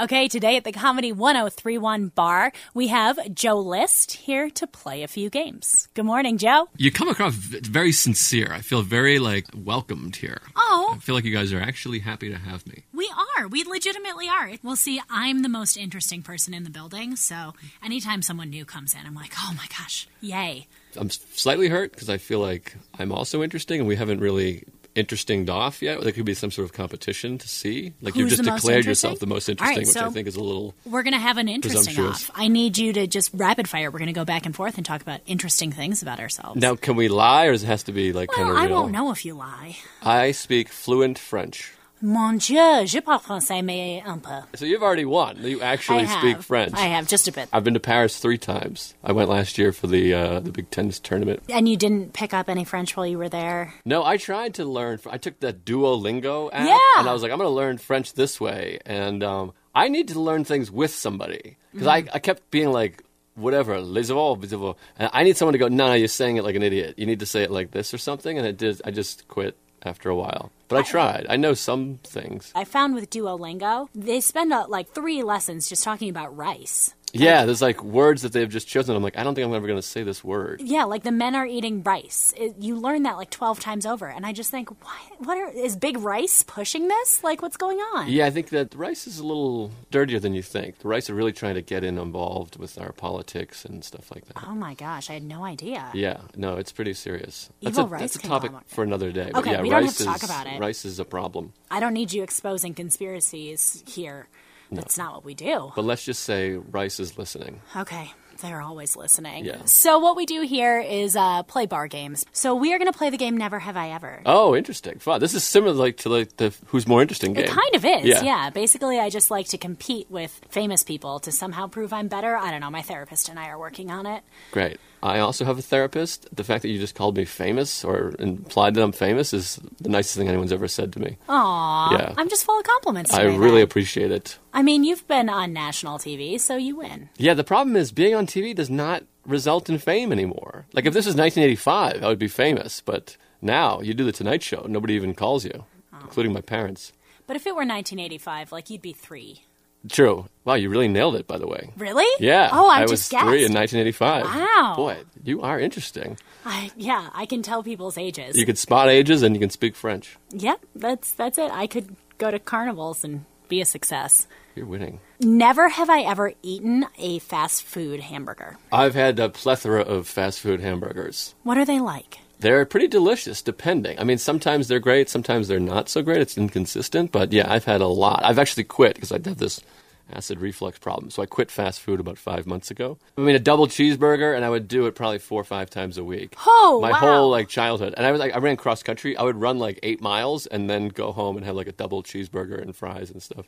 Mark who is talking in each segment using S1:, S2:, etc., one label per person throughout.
S1: Okay, today at the Comedy 1031 bar, we have Joe List here to play a few games. Good morning, Joe.
S2: You come across v- very sincere. I feel very like welcomed here.
S1: Oh.
S2: I feel like you guys are actually happy to have me.
S1: We are. We legitimately are. Well, see, I'm the most interesting person in the building, so anytime someone new comes in, I'm like, oh my gosh, yay.
S2: I'm s- slightly hurt because I feel like I'm also interesting, and we haven't really interestinged off yet. There could be some sort of competition to see. Like you've
S1: Who's
S2: just
S1: the most
S2: declared
S1: interesting?
S2: yourself the most
S1: All right,
S2: interesting, which
S1: so-
S2: I think is a little.
S1: We're going to have an interesting
S2: Presumptuous.
S1: off. I need you to just rapid fire. We're going to go back and forth and talk about interesting things about ourselves.
S2: Now, can we lie, or does it has to be like kind
S1: Well,
S2: of
S1: I
S2: real?
S1: won't know if you lie.
S2: I speak fluent French,
S1: Mon Dieu, je parle français, mais un peu.
S2: so you've already won. You actually
S1: I have.
S2: speak French.
S1: I have, just a bit.
S2: I've been to Paris three times. I went last year for the uh, the big tennis tournament.
S1: And you didn't pick up any French while you were there?
S2: No, I tried to learn. I took that Duolingo app,
S1: Yeah.
S2: and I was like, I'm going to learn French this way, and um, I need to learn things with somebody because I, I kept being like, whatever, les avons, les avons. and I need someone to go. No, no, you're saying it like an idiot. You need to say it like this or something, and it did. I just quit after a while, but I tried. I know some things.
S1: I found with Duolingo, they spend uh, like three lessons just talking about rice.
S2: Yeah, there's like words that they've just chosen. I'm like, I don't think I'm ever going to say this word.
S1: Yeah, like the men are eating rice. It, you learn that like 12 times over. And I just think, what, what are, is Big Rice pushing this? Like, what's going on?
S2: Yeah, I think that rice is a little dirtier than you think. The rice are really trying to get in involved with our politics and stuff like that.
S1: Oh my gosh, I had no idea.
S2: Yeah, no, it's pretty serious.
S1: Evil
S2: that's a,
S1: rice
S2: that's a topic
S1: conglomerate.
S2: for another day. But
S1: Okay,
S2: yeah,
S1: we don't have
S2: rice
S1: to talk
S2: is,
S1: about it.
S2: Rice is a problem.
S1: I don't need you exposing conspiracies here. That's not what we do.
S2: But let's just say rice is listening.
S1: Okay. They're always listening.
S2: Yeah.
S1: So, what we do here is uh, play bar games. So, we are going to play the game Never Have I Ever.
S2: Oh, interesting. Wow, this is similar like to like the who's more interesting game.
S1: It kind of is, yeah.
S2: Yeah.
S1: Basically, I just like to compete with famous people to somehow prove I'm better. I don't know. My therapist and I are working on it.
S2: Great. I also have a therapist. The fact that you just called me famous or implied that I'm famous is the nicest thing anyone's ever said to me.
S1: Aw,
S2: Yeah.
S1: I'm just full of compliments.
S2: I
S1: today,
S2: really
S1: then.
S2: appreciate it.
S1: I mean, you've been on national TV, so you win.
S2: Yeah, the problem is being on TV does not result in fame anymore. Like if this was 1985, I would be famous, but now you do the Tonight Show, nobody even calls you,
S1: Oh.
S2: including my parents.
S1: But if it were 1985, like you'd be three.
S2: True. Wow, you really nailed it, by the way.
S1: Really?
S2: Yeah.
S1: Oh, I,
S2: I
S1: just
S2: was
S1: guessed.
S2: three in 1985.
S1: Wow.
S2: Boy, you are interesting.
S1: I, yeah, I can tell people's ages.
S2: You can spot ages and you can speak French.
S1: Yep, that's that's it. I could go to carnivals and be a success.
S2: You're winning.
S1: Never have I ever eaten a fast food hamburger.
S2: I've had a plethora of fast food hamburgers.
S1: What are they like?
S2: They're pretty delicious, depending. I mean, sometimes they're great, sometimes they're not so great. It's inconsistent, but yeah, I've had a lot. I've actually quit because I have this acid reflux problem. So I quit fast food about five months ago. I mean, a double cheeseburger, and I would do it probably four or five times a week.
S1: Oh,
S2: My
S1: wow.
S2: whole like childhood, and I was like, I ran cross country. I would run like eight miles and then go home and have like a double cheeseburger and fries and stuff.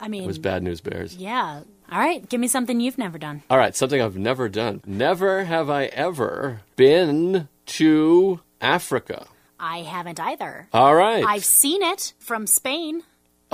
S1: I
S2: It
S1: mean,
S2: was bad news bears.
S1: yeah. All right, give me something you've never done.
S2: All right, something I've never done. Never have I ever been to Africa.
S1: I haven't either.
S2: All right.
S1: I've seen it from Spain.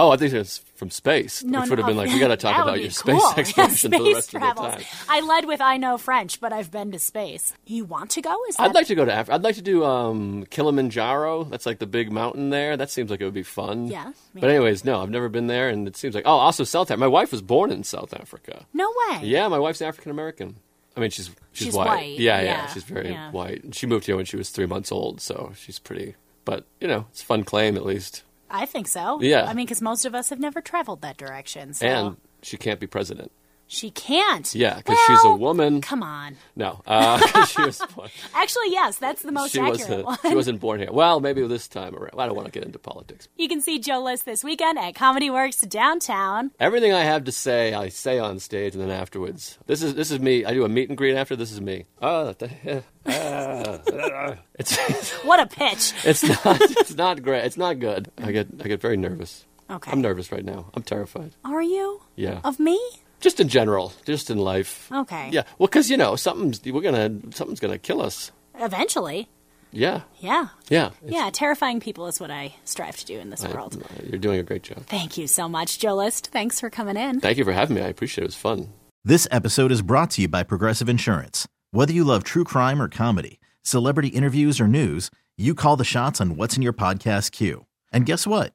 S2: Oh, I think it was from space,
S1: No,
S2: which would have
S1: no,
S2: been like, we got to talk
S1: that would
S2: about
S1: be cool.
S2: your space
S1: Yeah,
S2: exploration for the
S1: space
S2: rest
S1: travels.
S2: of the time.
S1: I led with I know French, but I've been to space. You want to go? Is that
S2: I'd like to go to Africa. I'd like to do um, Kilimanjaro. That's like the big mountain there. That seems like it would be fun.
S1: Yeah, yeah.
S2: But anyways, no, I've never been there, and it seems like oh, also South Africa. My wife was born in South Africa.
S1: no way?
S2: Yeah, my wife's African American. I mean, she's she's,
S1: She's
S2: white.
S1: white,
S2: Yeah, yeah,
S1: yeah,
S2: she's very
S1: yeah.
S2: white. She moved here when she was three months old, so she's pretty. But you know, it's a fun claim at least.
S1: I think so.
S2: Yeah.
S1: I mean, because most of us have never traveled that direction. So.
S2: And she can't be president.
S1: She can't.
S2: Yeah, because she's a
S1: Well,
S2: woman.
S1: Come on.
S2: No, uh, she was born.
S1: Actually, yes, that's the most
S2: she
S1: accurate
S2: wasn't.
S1: one.
S2: She wasn't born here. Well, maybe this time around. I don't want to get into politics.
S1: You can see Joe List this weekend at Comedy Works downtown.
S2: Everything I have to say, I say on stage, and then afterwards, this is this is me. I do a meet and greet after. This is me. Oh, the- uh, it's
S1: What a pitch.
S2: it's not it's not great. It's not good. I get I get very nervous.
S1: Okay.
S2: I'm nervous right now. I'm terrified.
S1: Are you?
S2: Yeah.
S1: Of me?
S2: just in general, just in life.
S1: Okay.
S2: Yeah. Well, because you know, something's we're gonna something's gonna kill us.
S1: Eventually.
S2: Yeah.
S1: Yeah.
S2: Yeah.
S1: Yeah, terrifying people is what I strive to do in this
S2: I-
S1: world.
S2: you're doing a great job.
S1: Thank you so much, Joe List. Thanks for coming in.
S2: Thank you for having me. I appreciate it. It was fun.
S3: This episode is brought to you by Progressive Insurance. Whether you love true crime or comedy, celebrity interviews or news, you call the shots on what's in your podcast queue. And guess what?